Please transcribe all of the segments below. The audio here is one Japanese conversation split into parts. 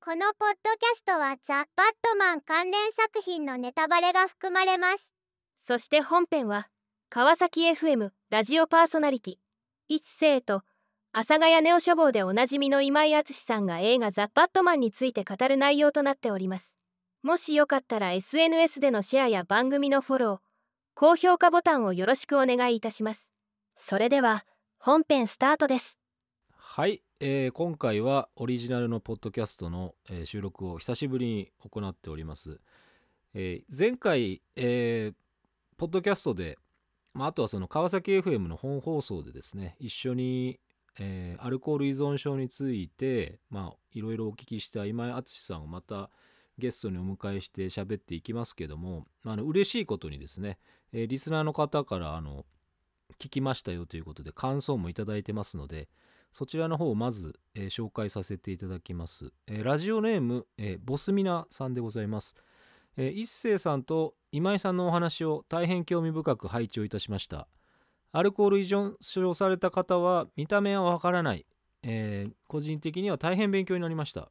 このポッドキャストはザ・バットマン関連作品のネタバレが含まれますそして本編は川崎 FM ラジオパーソナリティ一世と阿佐ヶ谷ネオ書房でおなじみの今井敦さんが映画「ザ・バットマン」について語る内容となっておりますもしよかったら SNS でのシェアや番組のフォロー高評価ボタンをよろしくお願いいたしますそれでは本編スタートですはい、えー今回はオリジナルのポッドキャストの、えー収録を久しぶりに行っております。えー前回、えーポッドキャストで、まあ、あとはその川崎 FM の本放送でですね一緒に、えーアルコール依存症について、まあ、いろいろお聞きした今井淳さんをまたゲストにお迎えして喋っていきますけどもまああの嬉しいことにですね、えーリスナーの方からあの聞きましたよということで感想もいただいてますのでそちらの方をまず、えー紹介させていただきます。えーラジオネーム、えーボスミナさんでございます。えー一星さんと今井さんのお話を大変興味深く拝聴いたしました。アルコール依存症された方は見た目はわからない、えー個人的には大変勉強になりました。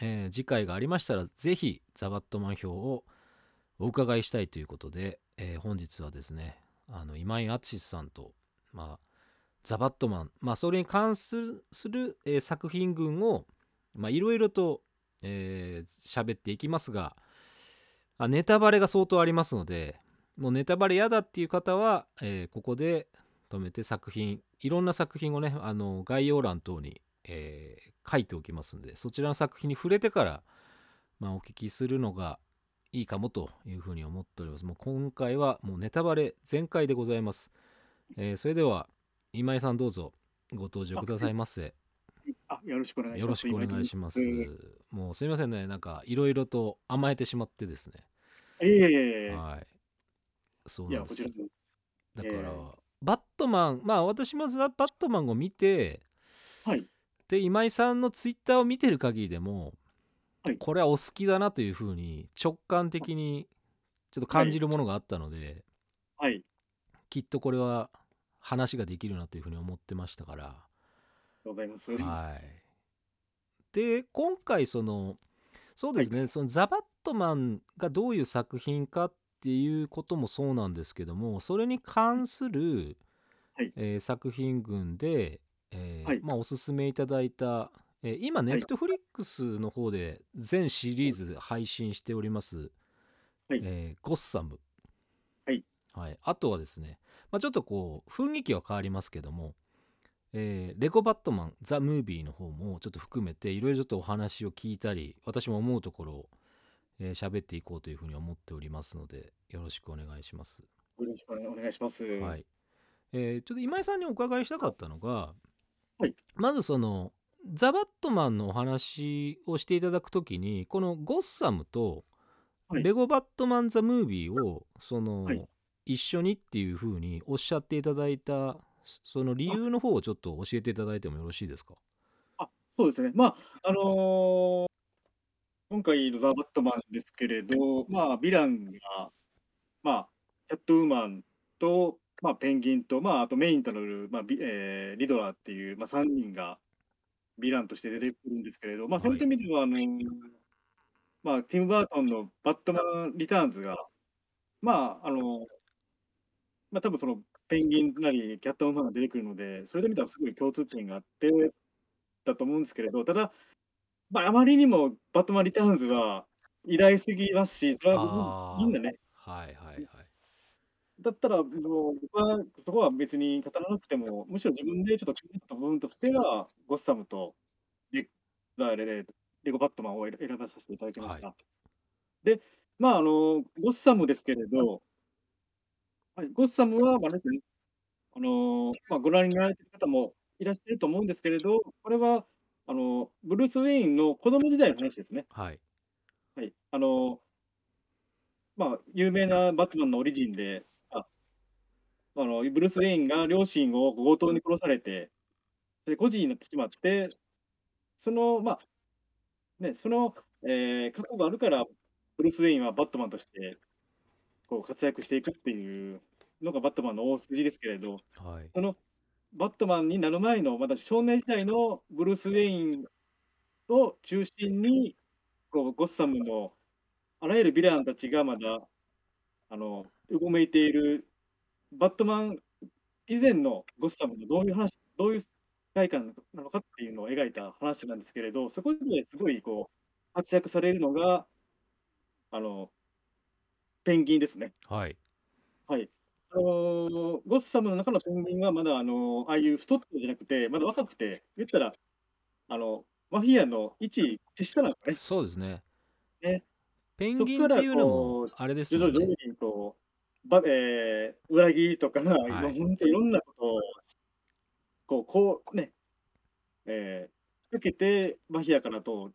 えー次回がありましたらぜひザバットマン表をお伺いしたいということで、えー本日はですねあの今井敦さんと、まあ、ザ・バットマン、まあ、それに関するするえー作品群をまあいろいろとえー喋、っていきますがあネタバレが相当ありますのでもうネタバレ嫌だっていう方は、えーここで止めて作品いろんな作品をねあの概要欄等に、えー書いておきますのでそちらの作品に触れてから、まあ、お聞きするのがいいかもというふうに思っております。もう今回はもうネタバレ全開でございます。えーそれでは今井さんどうぞご登場くださいませ。あ、よろしくお願いします。よろしくお願いします今井です。もうすいませんね、なんかいろいろと甘えてしまってですね。ええいえいえいえはい。そういなや、んでこすちらよこ。そだえかえら、バットマン、まあ私もザバットマンを見て、はいで、今井さんのツイッターを見てる限りでも、はいこれはお好きだなというふうに直感的にちょっと感じるものがあったので、はい。きっとこれは話ができるなというふうに思ってましたから。ございます。はい。で今回そのそうですね、そのザ・バットマンがどういう作品かっていうこともそうなんですけどもそれに関する、はいえー作品群で、えーはいまあ、おすすめいただいた、えー今ネはいットフリックスの方で全シリーズ配信しております「はいえーゴッサム」はいはいあとはですね、まあ、ちょっとこう雰囲気は変わりますけどもえーレゴバットマン・ザ・ムービーの方もちょっと含めていろいろちょっとお話を聞いたり私も思うところをえー喋っていこうというふうに思っておりますのでよろしくお願いします。よろしくお願いします。はいえーちょっと今井さんにお伺いしたかったのが、はいまずそのザ・バットマンのお話をしていただくときにこのゴッサムとはいレゴバットマン・ザ・ムービーをその、はい一緒にっていうふうにおっしゃっていただいたその理由の方をちょっと教えていただいてもよろしいですかそうですね。まあ、あのー今回のザ・バットマンですけれど、まあ、ヴィランが、まあ、キャットウーマンと、まあ、ペンギンと、まあ、あとメインとなる、まあ、ビえーリドラーっていう、まあ、3人がヴィランとして出てくるんですけれど、まあ、その点見ては、あのーまあ、ティム・バートンのバットマン・リターンズが、まあ、あのーまあ、多分その、ペンギンなりキャットウーマンが出てくるので、それで見たらすごい共通点があって、だと思うんですけれど、ただ、まあ、あまりにもバットマン・リターンズは偉大すぎますし、それはあーみんなね、はいはいはい。だったらもう僕はそこは別に語らなくても、むしろ自分でちょっと決めた部分としては、ゴッサムとレレレレゴバットマンを選選ばさせていただきました。で、まああの、ゴッサムですけれど、はい、ゴッサムは、まあですねあのまあ、ご覧になられている方もいらっしゃると思うんですけれど、これはあのブルース・ウェインの子供時代の話ですね。はい。はい、あの、まあ、有名なバットマンのオリジンで、ああのブルース・ウェインが両親を強盗に殺されて、それで孤児になってしまって、その、まあ、ね、その、えー過去があるから、ブルース・ウェインはバットマンとしてこう活躍していくっていうのがバットマンの大筋ですけれど、はい。そのバットマンになる前の、まだ少年時代のブルース・ウェインを中心にこうゴッサムのあらゆるヴィランたちがまだあのうごめいているバットマン以前のゴッサムのどういう話どういう世界観なのかっていうのを描いた話なんですけれどそこですごいこう活躍されるのがあのペンギンですね。はいはいあのゴッサムの中のペンギンはまだあのああいう太ってるんじゃなくてまだ若くて言ったらあのマフィアの位置手下なんですね。そうですねねペンギンっていうのもあれです徐よ々に徐ね々にこう、ばえー裏切りとか、はいい、本当いろんなことをこうこうね、えー、受けてマフィアからと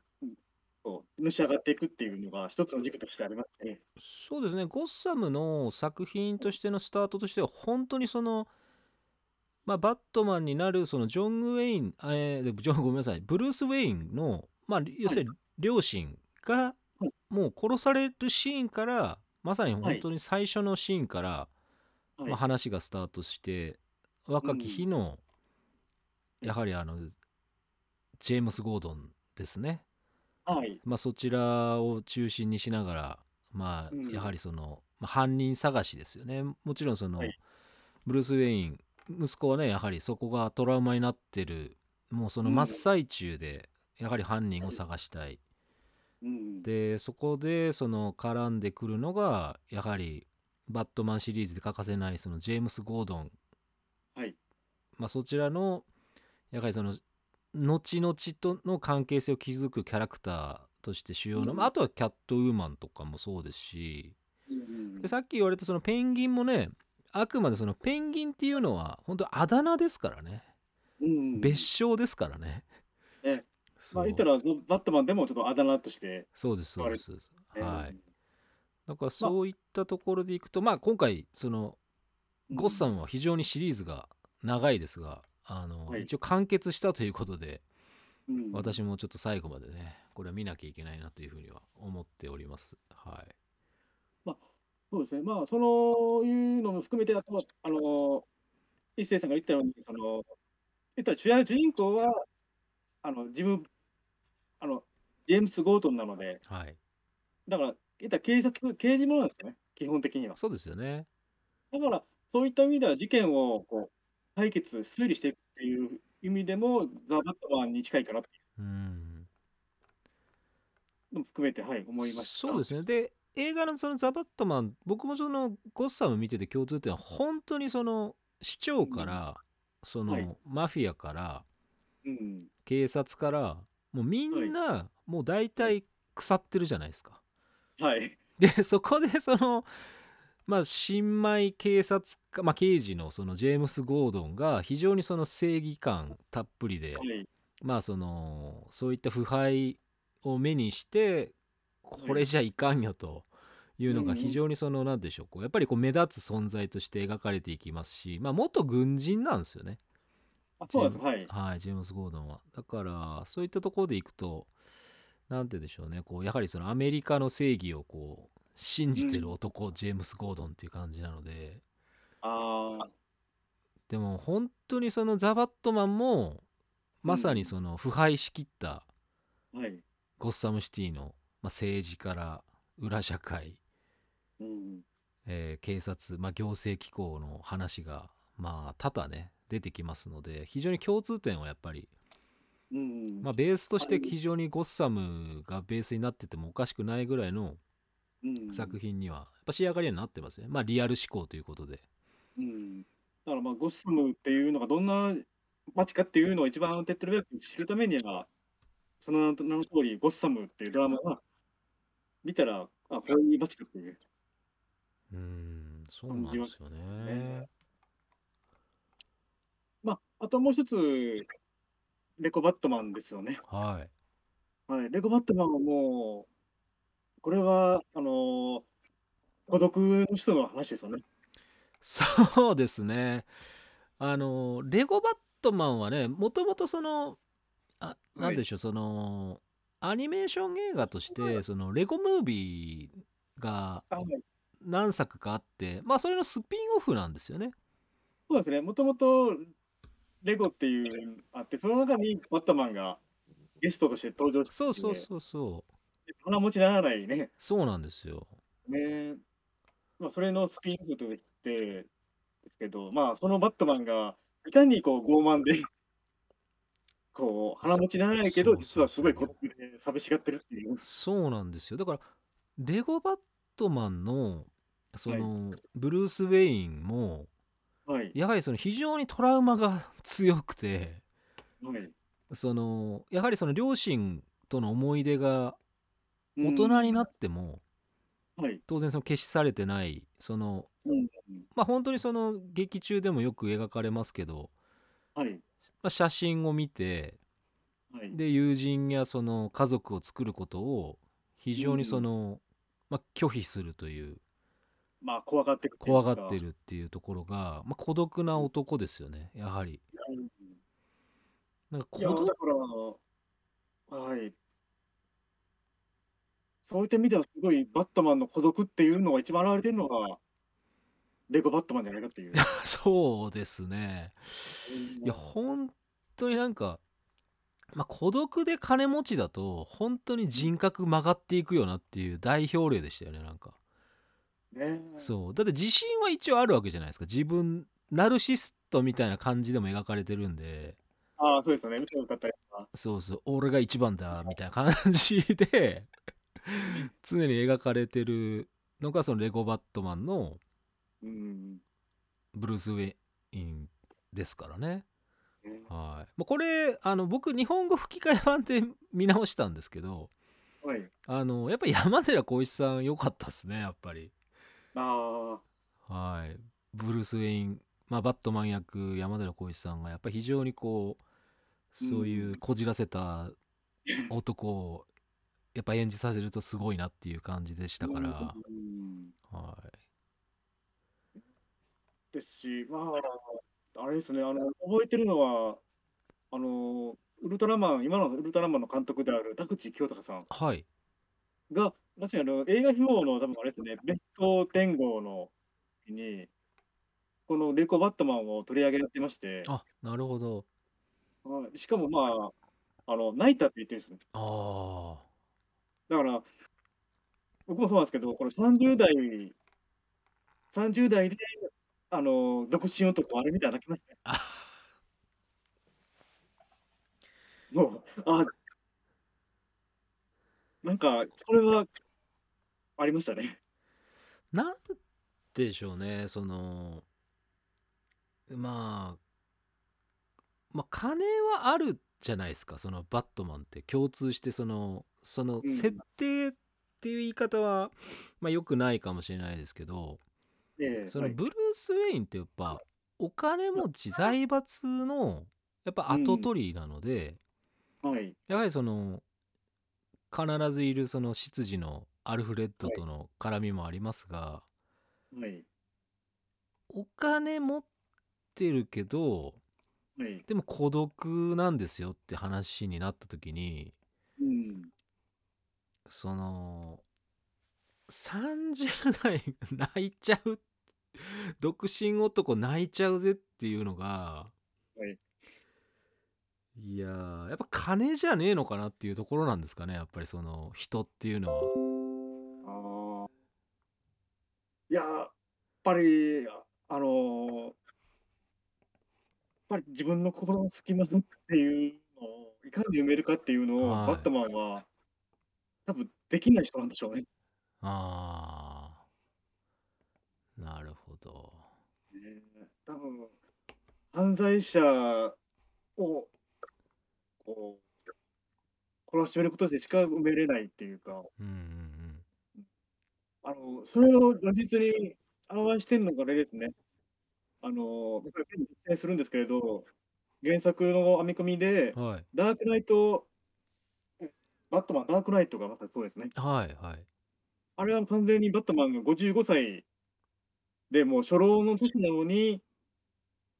こうのし上がっていくっていうのが一つの軸としてありますね。そうですねゴッサムの作品としてのスタートとしては本当にそのまあ、バットマンになるそのジョン・ウェイン、えー、ジョンごめんなさいブルース・ウェインの、まあ、要するに両親がはもう殺されるシーンからまさには本い当に最初のシーンから、はまあ、い、話がスタートして若き日の、うんやはりあのジェームス・ゴードンですね、はい、まあ、そちらを中心にしながら、まうんあ、やはりその、まあ犯人探しですよねもちろんその、はいブルース・ウェイン息子はねやはりそこがトラウマになってるもうその真っ最中で、やはり犯人を探したいうん、でそこでその絡んでくるのがやはりバットマンシリーズで欠かせないそのジェームス・ゴードン、はいまあ、そちらのやはりその後々との関係性を築くキャラクターとして主要な、うんまあ、あとはキャットウーマンとかもそうですしうんでさっき言われたそのペンギンもねあくまでそのペンギンっていうのは本当あだ名ですからねうん別称ですからね。ね そうまあ言ったらそのバットマンでもちょっとあだ名として、そうですそうですそうです。えーはい。だからそういったところでいくと、まあ今回そのゴッサムは非常にシリーズが長いですが、あの、はい一応完結したということで、うん私もちょっと最後までね、これは見なきゃいけないなというふうには思っております。はそうですね、まあ、そのいうのも含めて、あとは、あの、一星さんが言ったように、その、言ったら主役主人公は、あの、自分、あの、ジェームス・ゴートンなので、い。はい。だから、言ったら警察、刑事ものなんですよね、基本的には。そうですよね。だから、そういった意味では、事件をこう解決、推理していくっていう意味でも、ザ・バットマンに近いかなってうん。いうのも含めて、はい、思いました。そうですね。で、映画のそのザ・バットマン、僕もそのゴッサム見てて共通点は、本当にその市長から、その、はいマフィアから、うん。警察からもうみんなもう大体腐ってるじゃないですか。はい。でそこでそのまあ新米警察官、まあ、刑事のそのジェームス・ゴードンが非常にその正義感たっぷりで、はい。まあそのそういった腐敗を目にしてこれじゃいかんよというのがうんうん非常にその何でしょうこうやっぱりこう目立つ存在として描かれていきますし、まあ、元軍人なんですよね。あ、そうなんです。はい。はい、ジェームス・ゴードンは。だから、そういったところでいくと、なんて言うんでしょうね、こう、やはりそのアメリカの正義をこう、信じてる男、ジェームス・ゴードンっていう感じなので、ああ、でも本当にそのザ・バットマンも、まさにその腐敗しきったはい。ゴッサムシティの、まあ、政治から裏社会、うん。えー警察、まあ、行政機構の話が、まあ、多々ね、出てきますので、非常に共通点はやっぱりうん。まあ、ベースとしてはい非常にゴッサムがベースになっててもおかしくないぐらいのうん作品にはやっぱ仕上がりにはなってますよね。まあリアル思考ということで。うん、だからまあゴッサムっていうのがどんな街かっていうのを一番手っ取り早く知るためにはその名の通りゴッサムっていうドラマが見たらあこういう街かっていううーん、そうなんですよねね。まああともう一つレコバットマンですよね、はい。はい、レコバットマンはもうこれはあのー孤独の人の話ですよねそうですね。あの、レゴバットマンはね、もともとその、あ、なんでしょう、その、アニメーション映画として、その、レゴムービーがあはい何作かあって、まあ、それのスピンオフなんですよね。そうですねもともとレゴっていうのがあってその中にバットマンがゲストとして登場してそうそううそうそう鼻持ちならないねそうなんですよねまあ、それのスピンオフとしてですけど、まあ、そのバットマンがいかにこう傲慢で こう鼻持ちならないけどそうそうそう実はすごいこう寂しがってるっていう。そうなんですよだからレゴバットマンのその、ブルース・ウェインもはいやはりその非常にトラウマが強くてはいそのやはりその両親との思い出が大人になっってもて、はい当然その消しされてないそのうんまあ本当にその劇中でもよく描かれますけど、はいまあ、写真を見てはい、で友人やその家族を作ることを非常にその、まあ、拒否するというまあ怖がってるってい怖うかがってるっていうところが、まあ、孤独な男ですよねやはりうんなんか孤いやだ独からはいそういった意味ではすごいバットマンの孤独っていうのが一番現れてるのがレゴバットマンじゃないかっていう。 そうですねいや本当になんか、まあ、孤独で金持ちだと本当に人格曲がっていくよなっていう代表例でしたよねなんかね、 そうだって自信は一応あるわけじゃないですか自分ナルシストみたいな感じでも描かれてるんでああ、そうですよね。歌を歌ったりとか。そうそう俺が一番だみたいな感じで常に描かれてるのがそのレゴバットマンのうん。ブルース・ウェインですからね。ねはいまあ、これあの僕日本語吹き替え版で見直したんですけどはい。あのやっぱり山寺宏一さん良かったっすねやっぱり。あはい、ブルース・ウェイン、まあ、バットマン役山寺宏一さんがやっぱり非常にこうそういうこじらせた男をやっぱ演じさせるとすごいなっていう感じでしあ。たから、うん。はですし、まあ、あれですね。あの、覚えてるのは、あの、ウルトラマン、今のウルトラマンの監督である田口清隆さんい、はい、が、確かにあの映画表の多分あれですね、ベスト10号の時に、このレコバットマンを取り上げられてまして、あなるほどはいしかもまあ、あの、泣いたって言ってるんですね。あだから、僕もそうなんですけど、これ30代、30代で、あの、独身男、あれみたいな泣きましたね。あ もう、あ、なんか、これは、ありましたね。ーなんでしょうねそのまあまあ金はあるじゃないですかそのバットマンって共通してそのそのうん設定っていう言い方は、まあ良くないかもしれないですけどええそはのいブルース・ウェインってやっぱお金持ち財閥のやっぱ跡取りなので、はい。やはりその必ずいるその執事のアルフレッドとの絡みもありますが、はい。お金持ってるけどはい。でも孤独なんですよって話になった時にうん。その30代泣いちゃう独身男泣いちゃうぜっていうのが、、はいやーやっぱ金じゃねえのかなっていうところなんですかねやっぱりその人っていうのは。ああ。いや、やっぱり、ああのー、やっぱり自分の心の隙間っていうのをいかに埋めるかっていうのを、はいバットマンは多分できない人なんでしょうね。あーなるほど。ね多分犯罪者をこう懲らしめることでしか埋めれないっていうか、うんうんうん。あのそれを如実に表してるのがあれですね。あの僕は現に実践するんですけれど、原作の編み込みで、はいダークナイト、バットマン、ダークナイトがまさにそうですね。はいはい。あれは完全にバットマンが55歳でもう初老の年なのに、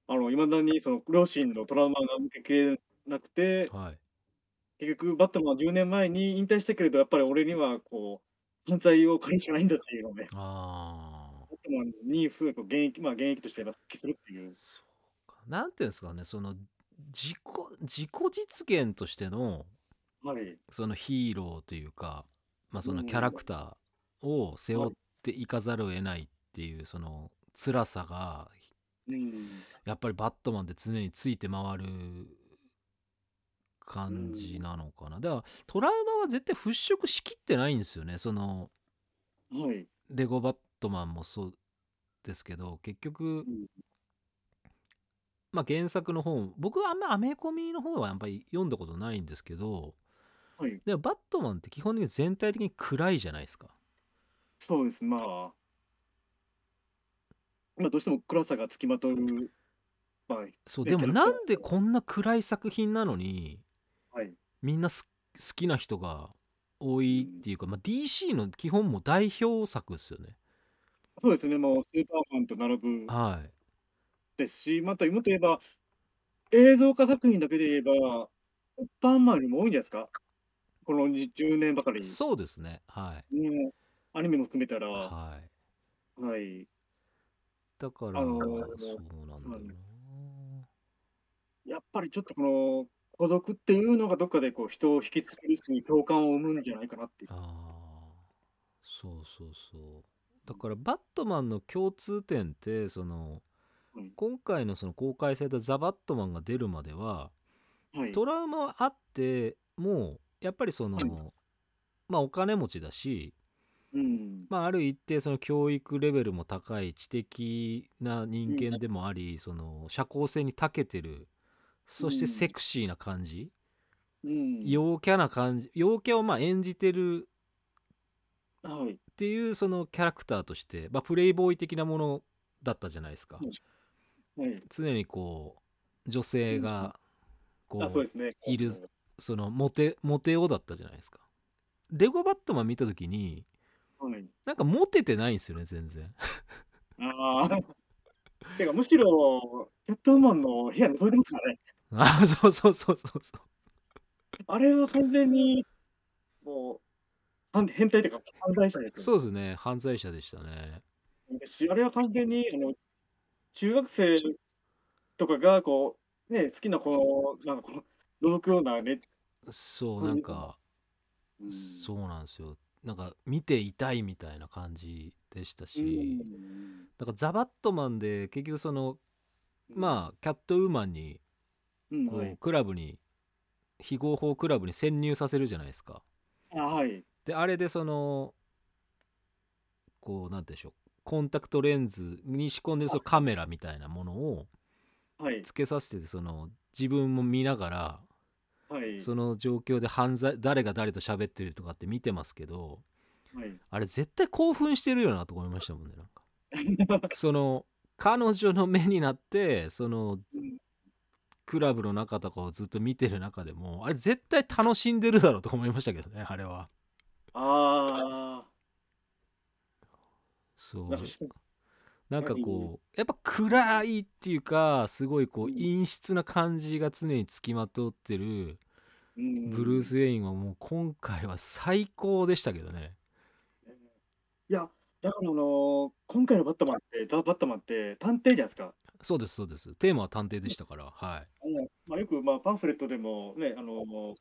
あの、いまだにその両親のトラウマが抜けきれなくて、はい。結局バットマンは10年前に引退したけれど、やっぱり俺にはこう、犯罪を借りるしかないんだっていうので、ああ。バットマンにすごいこう現役、まあ現役として復帰するっていう。そうか。なんていうんですかね、その自己自己実現としてのはい。そのヒーローというか、まあ、そのうんキャラクターを背負っていかざるを得ないっていうその辛さがうん。やっぱりバットマンって常について回る感じなのかな、だからトラウマは絶対払拭しきってないんですよねそのはい。レゴバットマンもそうですけど結局、うんまあ原作の本僕はあんまアメコミの方はあんまり読んだことないんですけどはい。でもバットマンって基本的に全体的に暗いじゃないですか。そうです。まあ。まあ、どうしても暗さがつきまとう。はい。そうねでもキャラクタなーんでこんな暗い作品なのにはい。みんなす好きな人が多いっていうか、まあ、DC の基本も代表作ですよね。そうですね。もうスーパーマンと並ぶはい、ですし、またもっと言えば、映像化作品だけで言えば、一般マンよりも多いんじゃないですかこの10 10年ばかりに。そうですねはい、ねアニメも含めたら、ははい、い。だから、あのーそうなんだよな。やっぱりちょっとこの孤独っていうのがどっかでこう人を引きつけるし、共感を生むんじゃないかなっていう。あーそうそうそうだからバットマンの共通点ってそのうん今回のその公開された「ザ・バットマン」が出るまでははい。トラウマはあってもうやっぱりその、うんまあお金持ちだし、うん。まあ、ある一定その教育レベルも高い知的な人間でもあり、その社交性に長けてるそしうてんセクシーな感じ、うん。陽キャな感じ陽キャをまあ演じてるはい。っていうそのキャラクターとして、まあ、プレイボーイ的なものだったじゃないですか、うんはい。常にこう女性がこう,、あ、そうですね。いるそのモテモテ男だったじゃないですかレゴバットマン見た時にはい。なんかモテてないんですよね全然ああ。 てか、むしろ、キャットウーマンの部屋に添えてますからね。あそうそうそうそうそあれは完全に、もう、反変態というか、犯罪者でうすよそうですね犯罪者でしたねし、あれは完全に、あの、中学生とかが、こう、ね、好きなこの、なんかこの、覗くようなね、そうそうないんうかかうんそうなんですよなんか見ていたいみたいな感じでしたうしんだからザ・バットマンで結局そのまあキャットウーマンにうんこはういクラブに非合法クラブに潜入させるじゃないですか。あはい。であれでそのこうなんて言うんでしょうコンタクトレンズに仕込んでるそのカメラみたいなものをはい。つけさせててその自分も見ながらはい。その状況で犯罪誰が誰と喋ってるとかって見てますけどはい。あれ絶対興奮してるよなと思いましたもんねなんか。 その彼女の目になってそのうんクラブの中とかをずっと見てる中でもあれ絶対楽しんでるだろうと思いましたけどねあれはあそあ。うなんかしなんか何こうやっぱ暗いっていうかすごいこううん陰湿な感じが常につきまとってるうんブルース・ウェインはもう今回は最高でしたけどねいや、だからあのー今回のバットマンって、ザ・バットマンって探偵じゃないですか。そうですそうですテーマは探偵でしたからはいあのまあ、よく、まあ、パンフレットでも、ね、あのー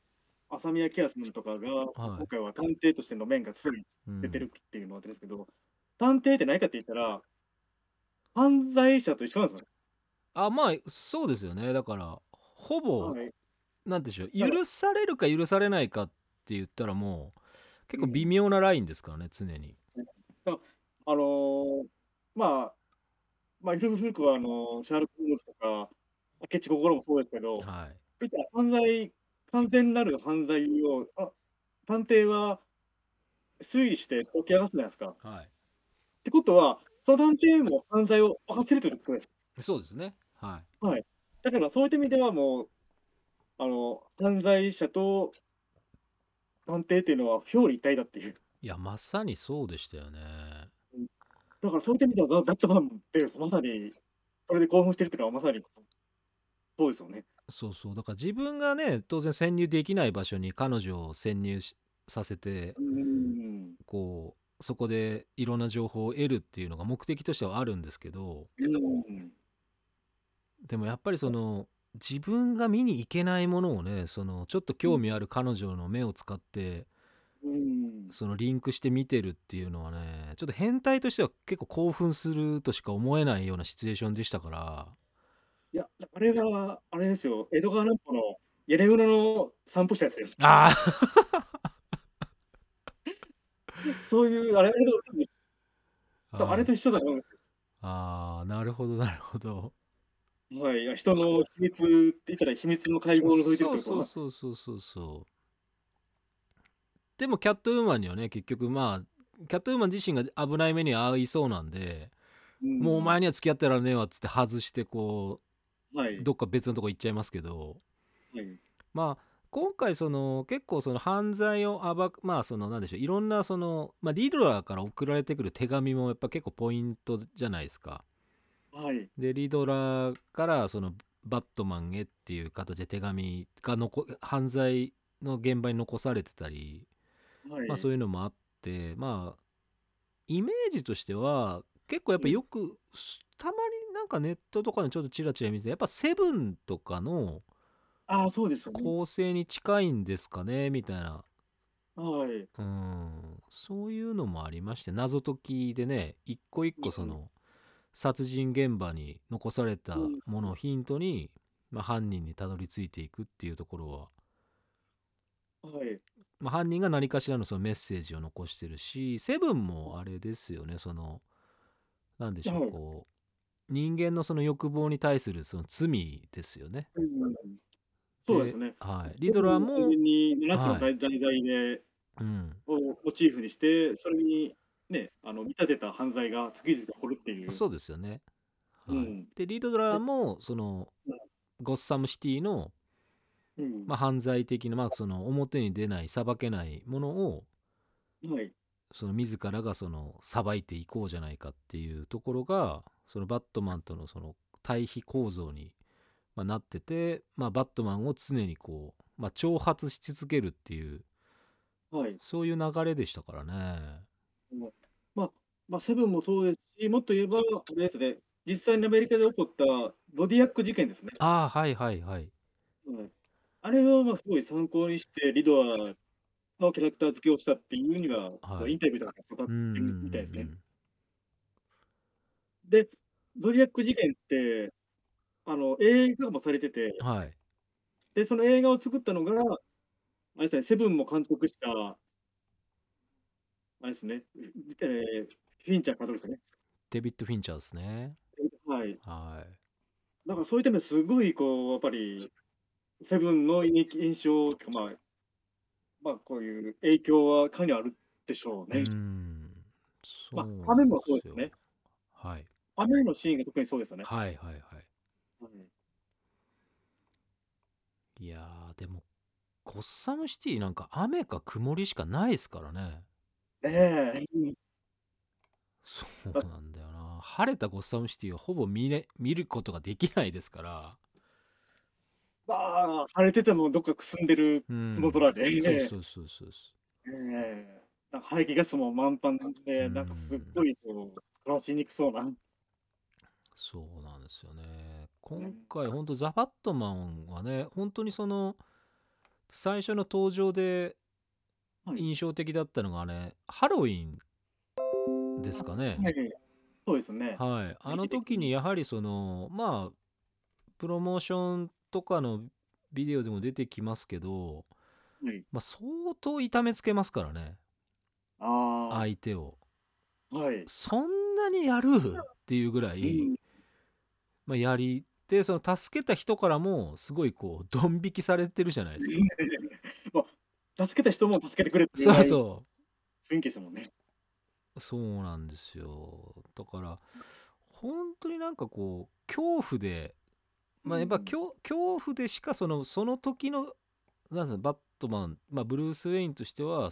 浅宮キアさんとかが、今回は探偵としての面がすぐにうん出てるっていうのがあってるんですけど、探偵って何かって言ったら、犯罪者と一緒なんですよあまあそうですよねだからほぼね。はいなんて言うんでしょだうから許されるか許されないかって言ったらもう結構微妙なラインですからね常にあのーまあ、まあ、いろいろ古くはあのーシャーロック・ホームズとか、明智心もそうですけど、はいそういった犯罪、完全なる犯罪を、あ探偵は推理して解き明かすじゃないですか。っはてことは、その探偵も犯罪を犯せるということです。いそうですねはだから、そういった意味では、もう、あの、犯罪者と探偵っていうのは表裏一体だっていう。いいやまさにそうでしたよねだから、そういった意味では、ザ・バットマンって、まさに、それで興奮してるっていうのは、まさに、そうですよね。そうそうだから自分がね当然潜入できない場所に彼女を潜入しさせてうん。こうそこでいろんな情報を得るっていうのが目的としてはあるんですけどうん。でもやっぱりその自分が見に行けないものをねそのちょっと興味ある彼女の目を使ってうん、そのリンクして見てるっていうのはねちょっと変態としては結構興奮するとしか思えないようなシチュエーションでしたからいや、あれが、あれですよ、江戸川乱歩の屋根裏の散歩者ですよ。ああそういう、あれあれと多分あれと一緒だと思うんですあーなるほどなるほどよ。はい、いや人の秘密って言ったら秘密の会合を覗いてそるっうてこそとうか。そうそうそうそうでもキャットウーマンにはね結局まあキャットウーマン自身が危ない目に遭いそうなんで、うんもうお前には付き合ってられねえわっつって外してこはうい、どっか別のとこ行っちゃいますけどはい、まあ今回その結構その犯罪を暴くまあそのなんでしょういろんなその、まあ、リドラーから送られてくる手紙もやっぱ結構ポイントじゃないですか。はい、でリドラーからそのバットマンへっていう形で手紙が残犯罪の現場に残されてたり、はい。まあ、そうういうのもあってまあイメージとしては結構やっぱよくたまになんかネットとかでちょっとチラチラ見てやっぱセブンとかのああ、そうですよね。構成に近いんですかねみたいなはい、うんそういうのもありまして謎解きでね一個一個その殺人現場に残されたうんものをヒントに、まあ、犯人にたどり着いていくっていうところは、はい、まあ、犯人が何かしらのそのメッセージを残してるしセブンもあれですよねそのなんでしょはういこう人間のその欲望に対するその罪ですよね。うん。そうですね。はい、リドラー完も、全に7つの題題材で、うん、をモチーフにして、それに、ね、あの見立てた犯罪が次々と起こるっていう。そうですよね。はいうんでリドラーもそのうんゴッサムシティの、うんまあ、犯罪的な、まあ、その表に出ない裁けないものをはい、その自らがその裁いていこうじゃないかっていうところがそのバットマンとのその対比構造に、まあ、なってて、まあ、バットマンを常にこう、まあ、挑発し続けるっていうはい。そういう流れでしたからね。まあ、まあ、セブンもそうですし、もっと言えば、あれですね、実際にアメリカで起こったボディアック事件ですね。ああはいはいはい。はいあれをまあすごい参考にして、リドアのキャラクター付けをしたっていうには、はいインタビューとかで語っうてんうんうるんみたいですうね。んで、ボディアック事件って、あの映画もされてて、はい。で、その映画を作ったのが、あれですね、セブンも監督した、あれですね、えーフィンチャー監督ですね。デビッド・フィンチャーですね。はい。はい。だからそういった意味ですごいこうやっぱりセブンの印印象とかまあまあこういう影響はかなりあるでしょうねう。ん。そうまあなんですよ雨もそうですね。はい。雨のシーンが特にそうですよね。はいはいはうんい。いやー、でも、ゴッサムシティなんか雨か曇りしかないですからね。ねえ、そうなんだよな。晴れたゴッサムシティはほぼ見,、れ見ることができないですから。まあ晴れててもどっかくすんでる、うん。曇空でそうそうそうそうそう。ええなんか排気ガスも満帆なんで、うんなんかすっごいこう暮らしにくそうな。そうなんですよね。今回、本当ザ・バットマンはね、本当にその、最初の登場ではい印象的だったのがね、ハロウィンですかね。ええそうですね。はい、あの時にやはりそのまあプロモーションとかのビデオでも出てきますけど、はいまあ、相当痛めつけますからねあ相手をあ、はい。そんなにやるっていうぐらい、うん まあ、やりでその助けた人からもすごいこうドン引きされてるじゃないですかまあ、助けた人も助けてくれっていそううそ雰囲気ですもんね。うそうなんですよだから本当になんかこう恐怖でまあ、やっぱうん恐恐怖でしかそのその時のなんすかバットマン、まあ、ブルース・ウェインとしては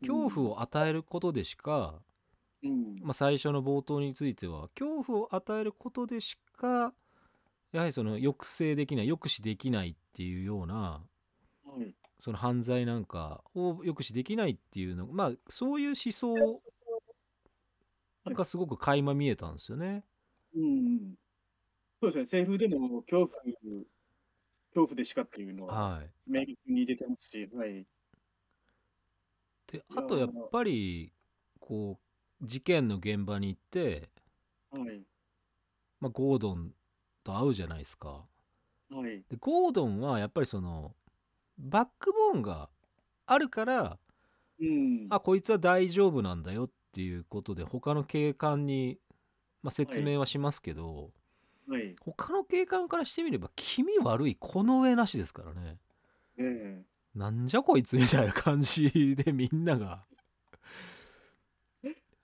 恐怖を与えることでしか、うんまあ、最初の冒頭については恐怖を与えることでしかやはりその抑制できない抑止できないっていうようなはいその犯罪なんかを抑止できないっていうのまあそういう思想がすごく垣間見えたんですよね。うん、そうですね、セリフでも恐怖、恐怖でしかっていうのははい明確に出てますし、はい、でいあやとやっぱりこう事件の現場に行って、はい、まあ、ゴードンと会うじゃないですかはい、でゴードンはやっぱりそのバックボーンがあるからうん、あこいつは大丈夫なんだよっていうことで他の警官に、まあ、説明はしますけど、はい、他の警官からしてみれば気味悪いこの上なしですからねええなんじゃこいつみたいな感じでみんなが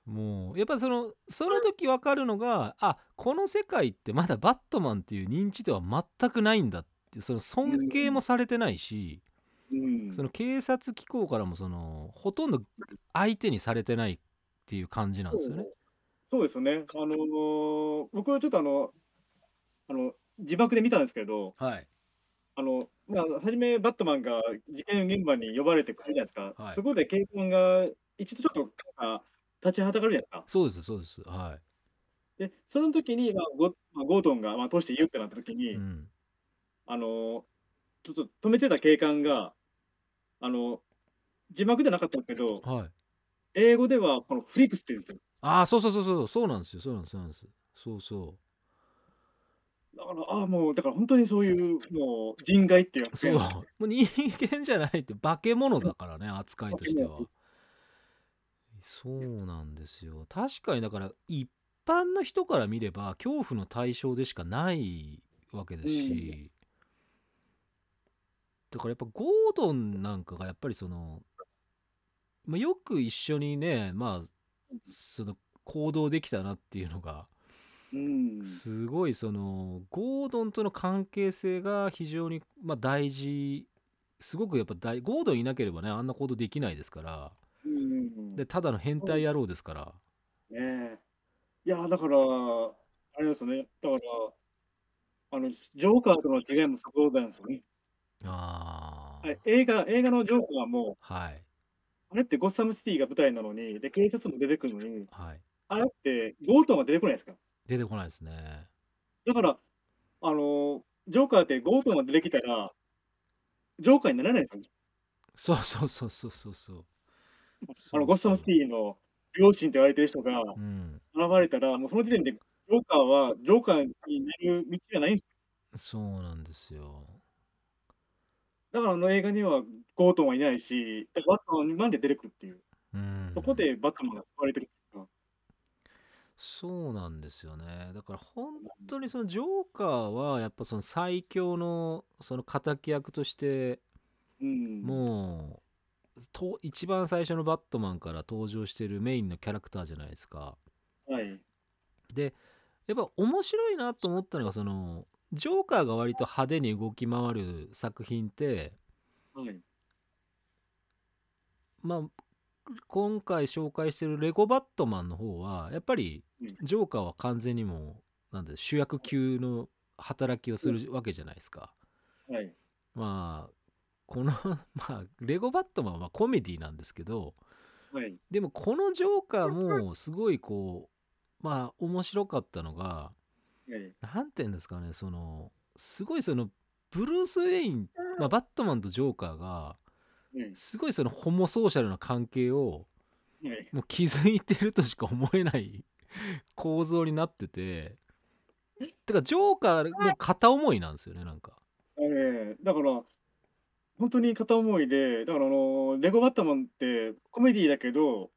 もうやっぱそのその時分かるのがあこの世界ってまだバットマンっていう認知度は全くないんだってその尊敬もされてないしうん、その警察機構からもそのほとんど相手にされてないっていう感じなんですよね。そうですよね。あのー僕はちょっとあの、あの、字幕で見たんですけど、はいあの、まあ、初めバットマンが事件現場に呼ばれてくるじゃないですか。はいそこで警官が一度ちょっとあ立ちはだかるじゃないですか。そうですそうですはで、その時に、まあゴまあ、ゴートンが、まあ、通して言うってなった時い、に、うん、あのーちょっと止めてた警官が、あの字幕ではなかったんですけど、はい英語ではこのフリックスって言うんですよ。ああそうそうそうそうそうなんですよそうなんですそうなんですそうそうだから、ああ、もう、だから本当にそういう、もう、人外っていうそう表現 もう人間じゃないって化け物だからね扱いとしては化け物そうなんですよ確かにだから一般の人から見れば恐怖の対象でしかないわけですし、だからやっぱゴードンなんかがやっぱりその、まあ、よく一緒にねまあその行動できたなっていうのがうん、すごいそのゴードンとの関係性が非常に、まあ、大事すごくやっぱ大ゴードンいなければねあんな行動できないですからうんでただの変態野郎ですからねえいやだからあれですねだからあのジョーカーとの違いもそこなんですよね、ああはい、映画映画のジョーカーはもはいあれってゴッサムシティが舞台なのにで警察も出てくるのにはいあれってゴートンが出てこないですか出てこないですねだからあのジョーカーってゴートンが出てきたらジョーカーにならないですよねそうそうそうそうそうそうあのゴッサムシティの両親と言われてる人がうん現れたらもうその時点でジョーカーはジョーカーになる道がないんですそうなんですよだからあの映画にはゴートンはいないし、だからバットマンなんで出てくるっていう、うんそこでバットマンが救われてるっていうか。そうなんですよねだから本当にそのジョーカーはやっぱその最強のその敵役としてうん、もうと一番最初のバットマンから登場してるメインのキャラクターじゃないですか。はい。でやっぱ面白いなと思ったのがそのジョーカーが割と派手に動き回る作品ってはい。まあ今回紹介してるレゴバットマンの方はやっぱりうんジョーカーは完全にもうなんだ主役級の働きをするわけじゃないですか。はい。まあこのまあレゴバットマンはコメディなんですけど、はい。でもこのジョーカーもすごいこうまあ面白かったのがはい。何て言うんですかねそのすごいそのブルース・ウェイン、まあ、バットマンとジョーカーがはい。すごいそのホモソーシャルな関係をはい。もう気づいてるとしか思えない 構造になってててかジョーカーの片思いなんですよねなんかえーだから、本当に片思いで、だからあの、レゴバットマンってコメディだけど、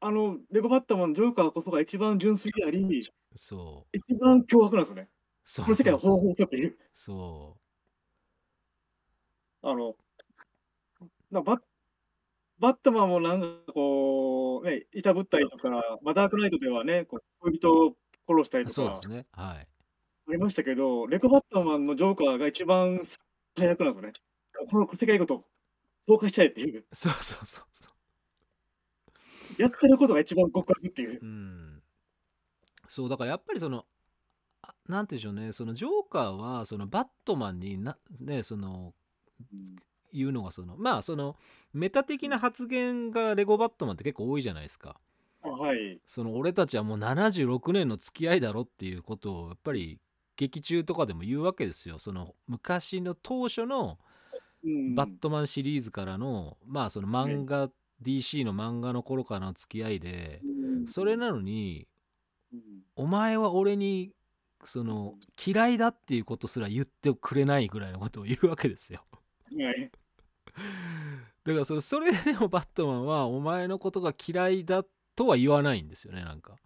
あの、レゴバットマンのジョーカーこそが一番純粋であり、そう一番凶悪なんですよね。そこのう世界そうをそ放う放したって いう。そあの、なバッバットマンもなんかこう、ね、いたぶったりとか、まあ、ダークナイトではね、こう恋人を殺したりうとそうかですねはいありましたけど、レコバットマンのジョーカーが一番最悪なんですよね。この世界ごと崩壊しちゃえっていう、そうそうそうそうやってることが一番極悪っていうう。ん、そうだからやっぱりそのあなんて言うんでしょうねそのジョーカーはそのバットマンになねその言うのがそのまあそのメタ的な発言がレゴバットマンって結構多いじゃないですか。あはい。その俺たちはもう76年の付き合いだろっていうことをやっぱり劇中とかでも言うわけですよその昔の当初のうんバットマンシリーズからの、まあその漫画、DC の漫画の頃からの付き合いでうんそれなのにうんお前は俺にその嫌いだっていうことすら言ってくれないぐらいのことを言うわけですよ はいだからそれそれでもバットマンはお前のことが嫌いだとは言わないんですよねなんか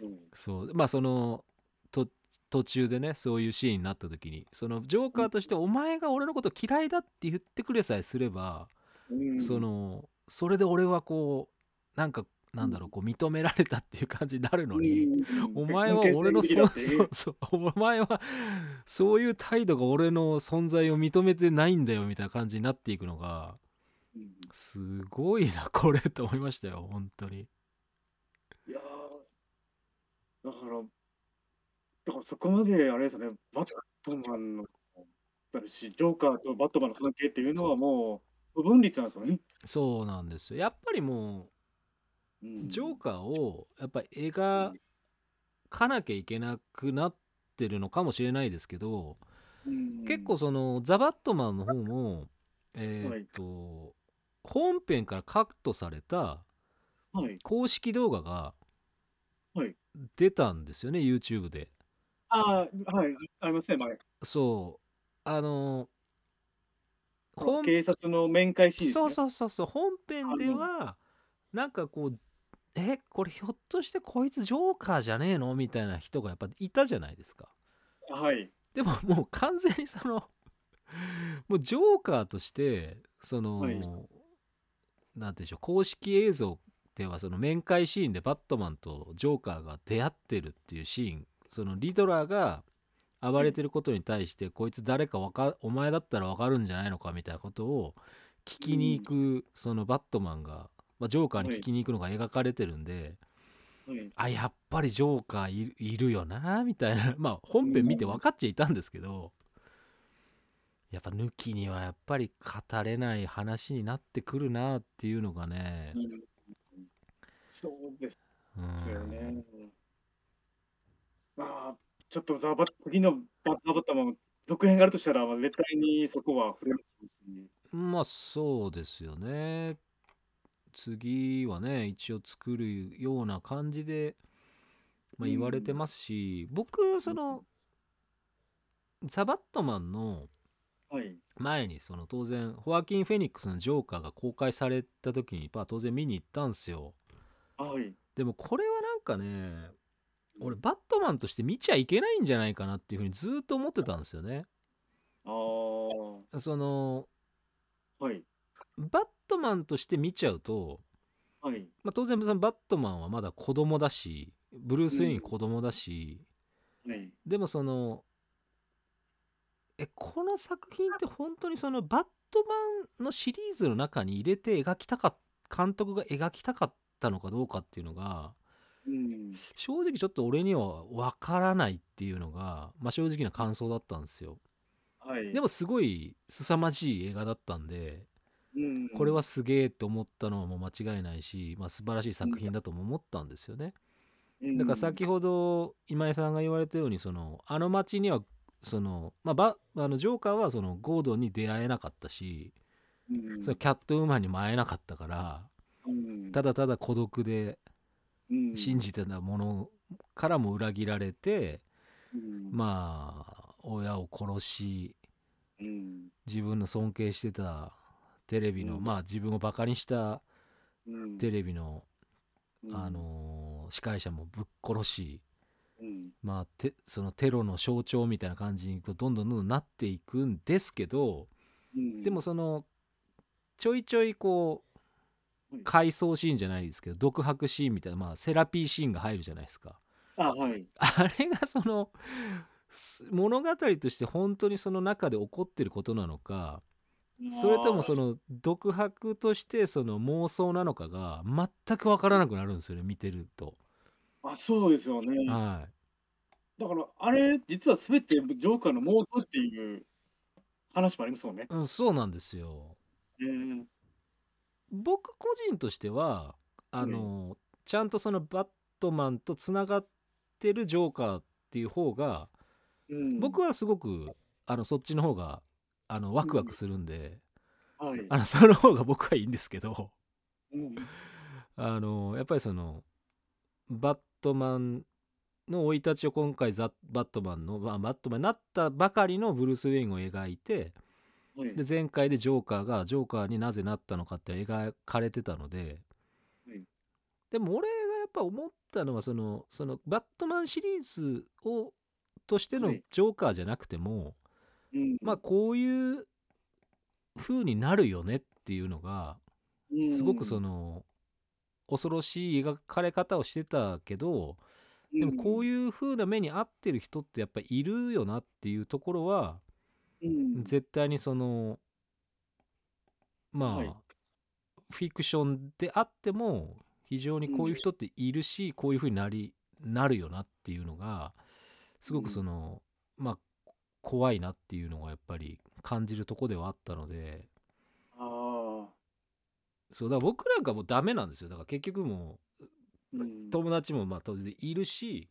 うんそうまあそのと途中でねそういうシーンになった時にそのジョーカーとしてお前が俺のこと嫌いだって言ってくれさえすればうんそのそれで俺はこうなんかなんだろうこう認められたっていう感じになるのに、うんお前は俺のそそうそうお前はそういう態度が俺の存在を認めてないんだよみたいな感じになっていくのがうんすごいなこれと思いましたよ本当にいやーだから、だからそこまであれですよね、バットマンの、だし、ジョーカーとバットマンの関係っていうのはもう、不分率なんですよね。そうなんですよやっぱりもうジョーカーをやっぱり描かなきゃいけなくなってるのかもしれないですけど結構そのザ・バットマンの方もえーっと本編からカットされたうん、はい、公式動画がはい出たんですよね YouTube でああ、はい、ありますね、前。そうあの本警察の面会シーンですそね、うそうそうそう本編ではなんかこうえこれひょっとしてこいつジョーカーじゃねえのみたいな人がやっぱいたじゃないですかはい。でももう完全にその もうジョーカーとしてその、はいなんていうんでしょう公式映像ではその面会シーンでバットマンとジョーカーが出会ってるっていうシーンそのリドラーが暴れてることに対して、こいつ誰かわかお前だったらわかるんじゃないのかみたいなことを聞きに行く、そのバットマンが、まあ、ジョーカーに聞きに行くのが描かれてるんで、はい、あやっぱりジョーカーいるいるよなみたいな まあ本編見て分かっちゃいたんですけどやっぱ抜きにはやっぱり語れない話になってくるなっていうのがね、うんそうですうんよね。まあ、ちょっとザバッ次のバザバッタマン、続編があるとしたら、絶対にそこは触れるまあそうですよね次はね一応作るような感じで、まあ、言われてますし、僕そのザ・バットマンのはい。前にその当然ホアキン・フェニックスのジョーカーが公開された時にまあ当然見に行ったんすよはい。でもこれはなんかね俺バットマンとして見ちゃいけないんじゃないかなっていうふうにずっと思ってたんですよねああ、そのはい。バットマンとして見ちゃうと、はい。まあ、当然そのバットマンはまだ子供だしブルース・ウェイン子供だし、はい。でもそのえこの作品って本当にそのバットマンのシリーズの中に入れて描きたかっ監督が描きたかったのかどうかっていうのがうん。正直ちょっと俺には分からないっていうのが、まあ、正直な感想だったんですよはい。でもすごい凄まじい映画だったんでうん、これはすげえと思ったのはもう間違いないし、まあ、素晴らしい作品だとも思ったんですよねうん、だから先ほど今井さんが言われたようにそのあの町にはその、まあ、ばあのジョーカーはそのゴードンに出会えなかったし、うん、そのキャットウーマンにも会えなかったからうん、ただただ孤独でうん、信じてたものからも裏切られて、うん、まあ親を殺しうん、自分の尊敬してたテレビの、うんまあ自分をバカにしたうん、テレビの、うん、あのー司会者もぶっ殺しうん、まあ、てそのテロの象徴みたいな感じにこうどんどんどんどんなっていくんですけどうん、でもそのちょいちょいこはうい回想シーンじゃないですけど独白シーンみたいな、まあ、セラピーシーンが入るじゃないですか。あはいあれがそのす物語として本当にその中で起こってることなのかそれともその独白としてその妄想なのかが全く分からなくなるんですよね見てると。あそうですよねはいだからあれ実はすべてジョーカーの妄想っていう話もありますもんね、うん、そうなんですよ。えー、僕個人としてはあの、ちゃんとそのバットマンとつながってるジョーカーっていう方がうん、僕はすごくあのそっちの方があのワクワクするんで、はい、あのその方が僕はいいんですけどうんあのやっぱりそのバットマンの生い立ちを今回ザ・バットマンの、まあ、バットマンになったばかりのブルース・ウェインを描いてはいで前回でジョーカーがジョーカーになぜなったのかって描かれてたので、うんでも俺がやっぱ思ったのはそのそのバットマンシリーズをとしてのはジいョーカーじゃなくても、うんまあこういう風になるよねっていうのがうんすごくその恐ろしい描かれ方をしてたけどでもこういいう風な目に遭ってる人ってやっぱいるよなっていうところはうん、絶対にそのまはいあフィクションであっても非常にこういう人っているしこういう風になりなるよなっていうのがすごくそのまあ怖いなっていうのがやっぱり感じるとこではあったのでああ、そうだから僕なんかもうダメなんですよだから結局もうんう友達もまあ当然いるし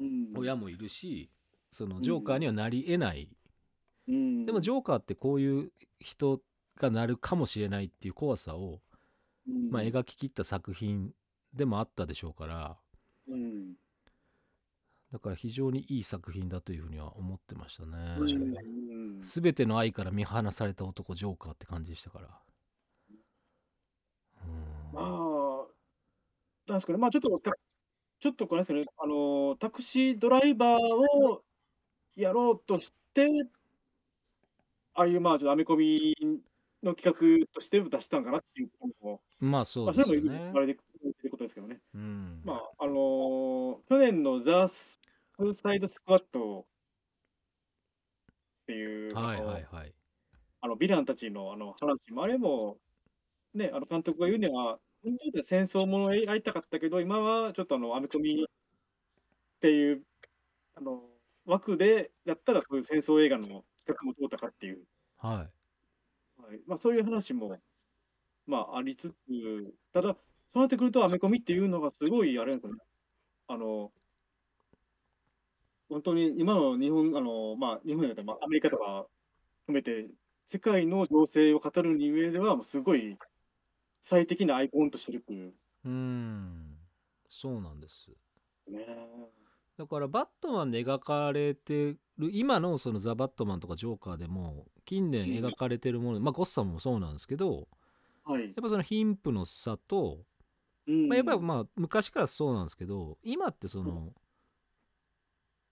うん、親もいるしそのんジョーカーにはなりえないうん、でもジョーカーってこういう人がなるかもしれないっていう怖さをうんまあ、描ききった作品でもあったでしょうからうんだから非常にいい作品だというふうには思ってましたね。うん全ての愛から見放された男ジョーカーって感じでしたから。うんまあ、なんですかね、まあちょっと、ちょっとこれですね、あの、タクシードライバーをやろうとして、ああいう、まあ、ちょっとアメコミの企画として出したんかなっていうことも、まあそまあ、うですれよも言ねわ。れてることですけどね。うんまあ、あの去年のザ・スーサイド・スクワットっていう、はいあのはいはい。あのヴィランたちのあの話もあれも、ね、あの監督が言うには、本当は戦争ものをやりたかったけど、今はちょっとあのアメコミっていうあの枠でやったら、そういう戦争映画の企画もどうだかっていう、はい。はいまあ、そういう話も、まあ、ありつつ、ただ、そうなってくると、アメコミっていうのがすごい、あれなんですよね。あの本当に今の日本、あのまあ、日本やったらまあアメリカとか含めて、世界の情勢を語るに上では、もうすごい最適なアイコンとしてるっていう。うん。そうなんです。ね、だからバットマンで描かれてる今のそのザ・バットマンとかジョーカーでも近年描かれてるもの、まあゴッサムもそうなんですけどはいや。っぱその貧富の差とうんまあ、やっぱりまあ昔からそうなんですけど今ってその、う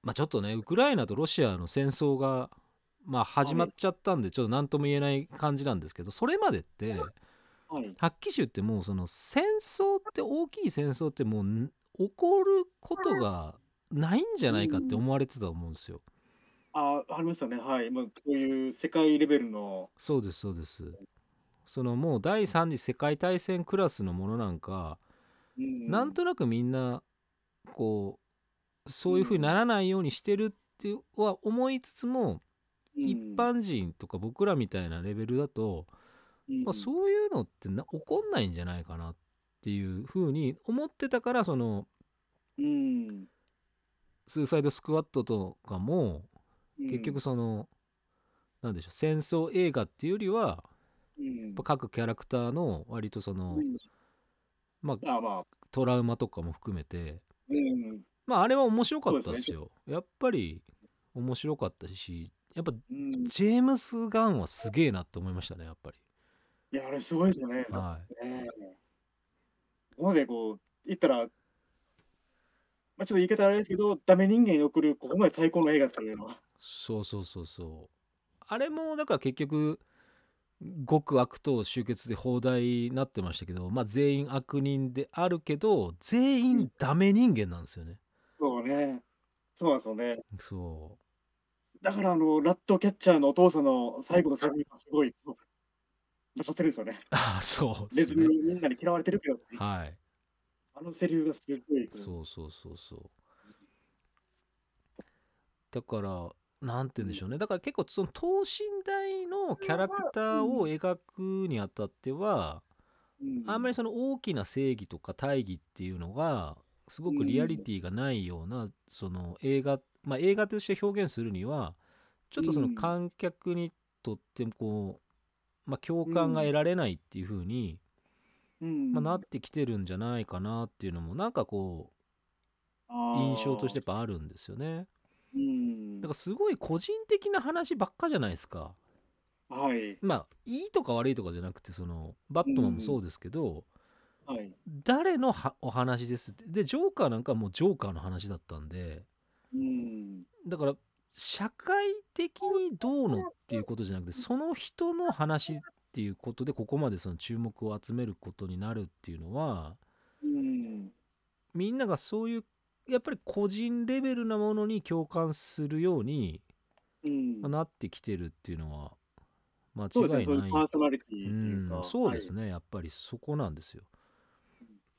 まあちょっとねウクライナとロシアの戦争がまあ始まっちゃったんでちょっと何とも言えない感じなんですけどそれまでってはい。発揮集ってもうその戦争って大きい戦争ってもうん起こることがないんじゃないかって思われてたと思うんですよ。あ、ありましたね。はい。まあ、こういう世界レベルの。そうですそうです。そのもう第三次世界大戦クラスのものなんかうんなんとなくみんなこうそういう風にならないようにしてるっては思いつつも、一、般人とか僕らみたいなレベルだと、うんまあ、そういうのってな起こんないんじゃないかなっていう風に思ってたからそのうん。スーサイドスクワットとかもうん結局、その、なんでしょう戦争映画っていうよりはうんやっぱ各キャラクターの割とその、うんまあ、あまあ、トラウマとかも含めてうん、まああれは面白かったそうでですすねよ。やっぱり面白かったし、やっぱうん。いジェームス・ガンはすげえなって思いましたね、やっぱり。や、あれすごいですよね。はねえここまでこう、言ったら、まあ、ちょっと言い方あれですけど、ダメ人間に送る、ここまで最高の映画っていうのは。い。そうそうそうそう。あれもだから結局、極悪党集結で放題になってましたけど、まあ全員悪人であるけど、全員ダメ人間なんですよね。そうね。そうなんですよね。そだから、あの、ラットキャッチャーのお父さんの最後のセリフがすごい、泣かせるんですよねう。。 ああ、そうネでズすミね。みんなに嫌われてるけど、はい。あのセリフがすごい。そうそうそうそうだからなんて言うんでしょうねだから結構その等身大のキャラクターを描くにあたってはうんあんまりその大きな正義とか大義っていうのがすごくリアリティがないようなその映画まあ、映画として表現するにはちょっとそのうん観客にとってもこう、まあ、共感が得られないっていう風に、うんまあ、なってきてるんじゃないかなっていうのもなんかこあうー印象としてやっぱあるんですよね。うんだからすごい個人的な話ばっかじゃないですか。はいまあいいとか悪いとかじゃなくてそのバットマンもそうですけど、はい誰のはお話ですってでジョーカーなんかはもうジョーカーの話だったんでうんだから社会的にどうのっていうことじゃなくてその人の話っていうことでここまでその注目を集めることになるっていうのはうんみんながそういうやっぱり個人レベルなものに共感するようにうんまあなってきてるっていうのは間そうです違いないいねそううパーソナリティっていううかん、そうですね、やっぱりそこなんですよ。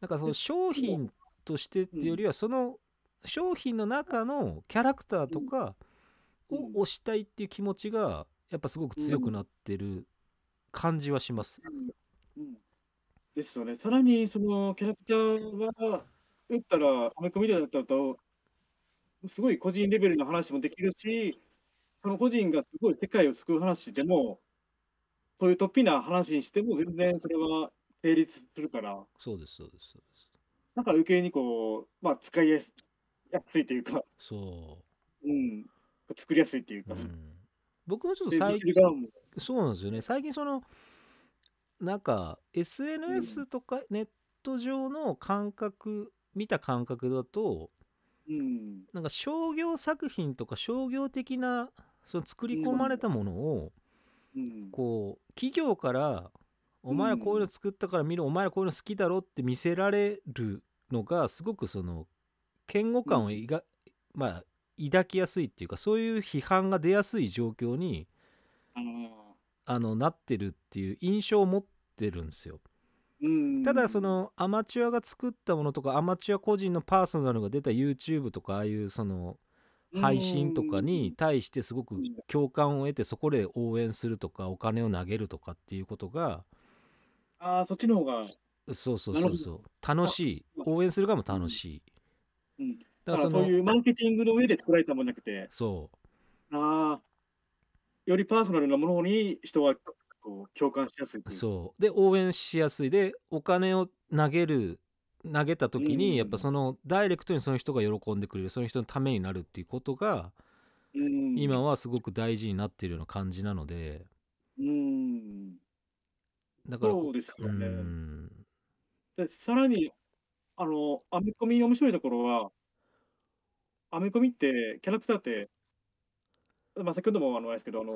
だからその商品としてっていうよりは、その商品の中のキャラクターとかうんを推したいっていう気持ちがやっぱすごく強くなってる感じはします。うんうんですよね。さらにそのキャラクターは打ったらアメコミみたいだったとすごい個人レベルの話もできるしその個人がすごい世界を救う話でもそういう突飛な話にしても全然それは成立するからそうですそうですそうです。だから余計にこうまあ使いやすやすいというか、そうん、作りやすいというう、かう。ん、僕もちょっとで最見てる近側もそうなんですよね最近そのなんか SNS とかネット上の感覚見た感覚だとうんなんか商業作品とか商業的なその作り込まれたものをうんこう企業から「お前らこういうの作ったから見ろお前らこういうの好きだろ」って見せられるのがすごくその嫌悪感をいが、まあ、抱きやすいっていうかそういう批判が出やすい状況にあのあのなってるっていう印象を持ってるんですよ。うんただそのアマチュアが作ったものとかアマチュア個人のパーソナルが出た YouTube とかああいうその配信とかに対してすごく共感を得てそこで応援するとかお金を投げるとかっていうことがああそっちの方がそうそうなそるうほそう楽しい応援する側も楽しいうんだからだそからのそういうマーケティングの上で作られたもんじゃなくて、そああ、よりパーソナルなものに人はこう共感しやすいとういう。そうで応援しやすいでお金を投げる投げた時うんにやっぱそのダイレクトにその人が喜んでくれるその人のためになるっていうことがうん、今はすごく大事になってるような感じなのでうん、だからそうですよね。うんでさらに、あの、アメコミの面白いところは、アメコミって、キャラクターって、まあ、先ほどもあのあれですけど、あの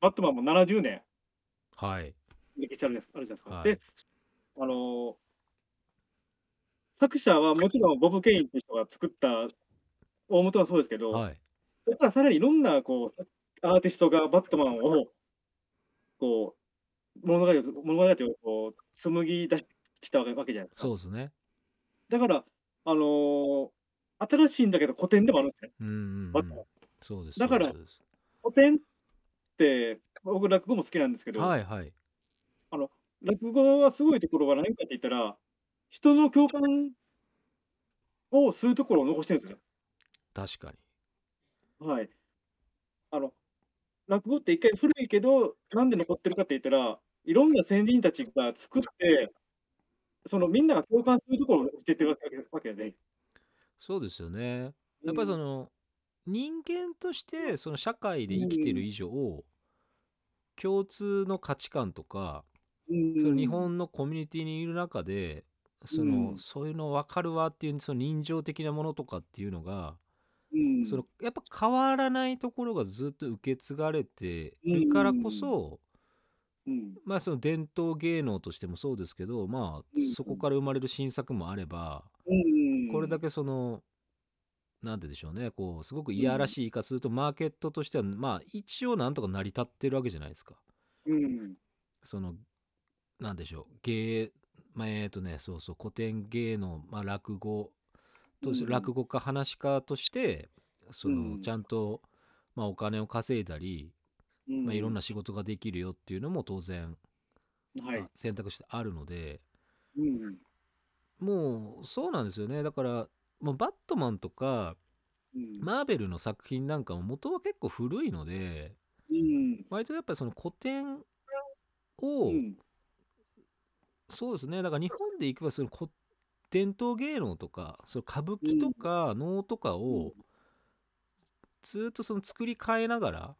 バットマンも70年はい歴史あるじゃないですか。はいで、あの、作者はもちろんボブ・ケインっていう人が作った大元はそうですけど、はいそれからさらにいろんなこうアーティストがバットマンをこう物語を物語をこう紡ぎ出してきたわけじゃないですか。そうですねだから、あのー新しいんだけど古典でもあるんですね。うんうんうバットマんンそうですだからそうです古典って僕落語も好きなんですけど、はいはい落語はすごいところは何かって言ったら人の共感をするところを残してるんですよ。確かにはい。あの、落語って一回古いけど、なんで残ってるかって言ったら、いろんな先人たちが作って、そのみんなが共感するところを受けてるわけわけで。そうですよねやっぱりそうんの人間としてその社会で生きてる以上共通の価値観とかうんその日本のコミュニティにいる中でそうのんそういうの分かるわっていうその人情的なものとかっていうのがうんそのやっぱ変わらないところがずっと受け継がれてるからこそうんまあその伝統芸能としてもそうですけどまうあんそこから生まれる新作もあればうんこれだけそのなんて言うんでしょうねこうすごくいやらしい言い方するとマーケットとしてはまあ一応なんとか成り立ってるわけじゃないですか。うんそのなんでしょう芸まあえーとねそうそう古典芸能、まあ、落語としうん落語家話し家としてその、うんちゃんと、まあ、お金を稼いだり、うんまあ、いろんな仕事ができるよっていうのも当然、はいまあ、選択肢としてあるのでうんもうそうなんですよねだから、まあ、バットマンとかうんマーベルの作品なんかも元は結構古いのでうん割とやっぱりその古典を、うんそうですねだから日本でいけばその古伝統芸能とかその歌舞伎とか能とかをずっとその作り変えながら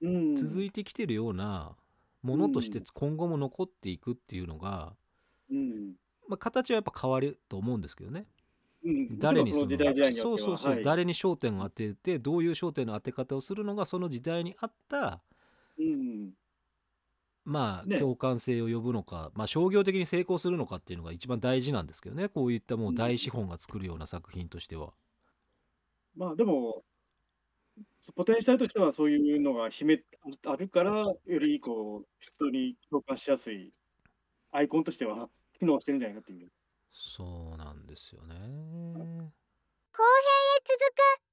うん続いてきてるようなものとしてうん今後も残っていくっていうのが、うんまあ、形はやっぱ変わると思うんですけどね。うん誰にもちろんその時代時代によそっうてそはうそう、はい誰に焦点を当ててどういう焦点の当て方をするのがその時代に合ったうんまあ、ね共感性を呼ぶのか、まあ、商業的に成功するのかっていうのが一番大事なんですけどねこういったもう大資本が作るような作品としては。まあでもポテンシャルとしてはそういうのが秘めあるからよりこう人に共感しやすいアイコンとしては機能してるんじゃないかっていう。そうなんですよね。公平へ続く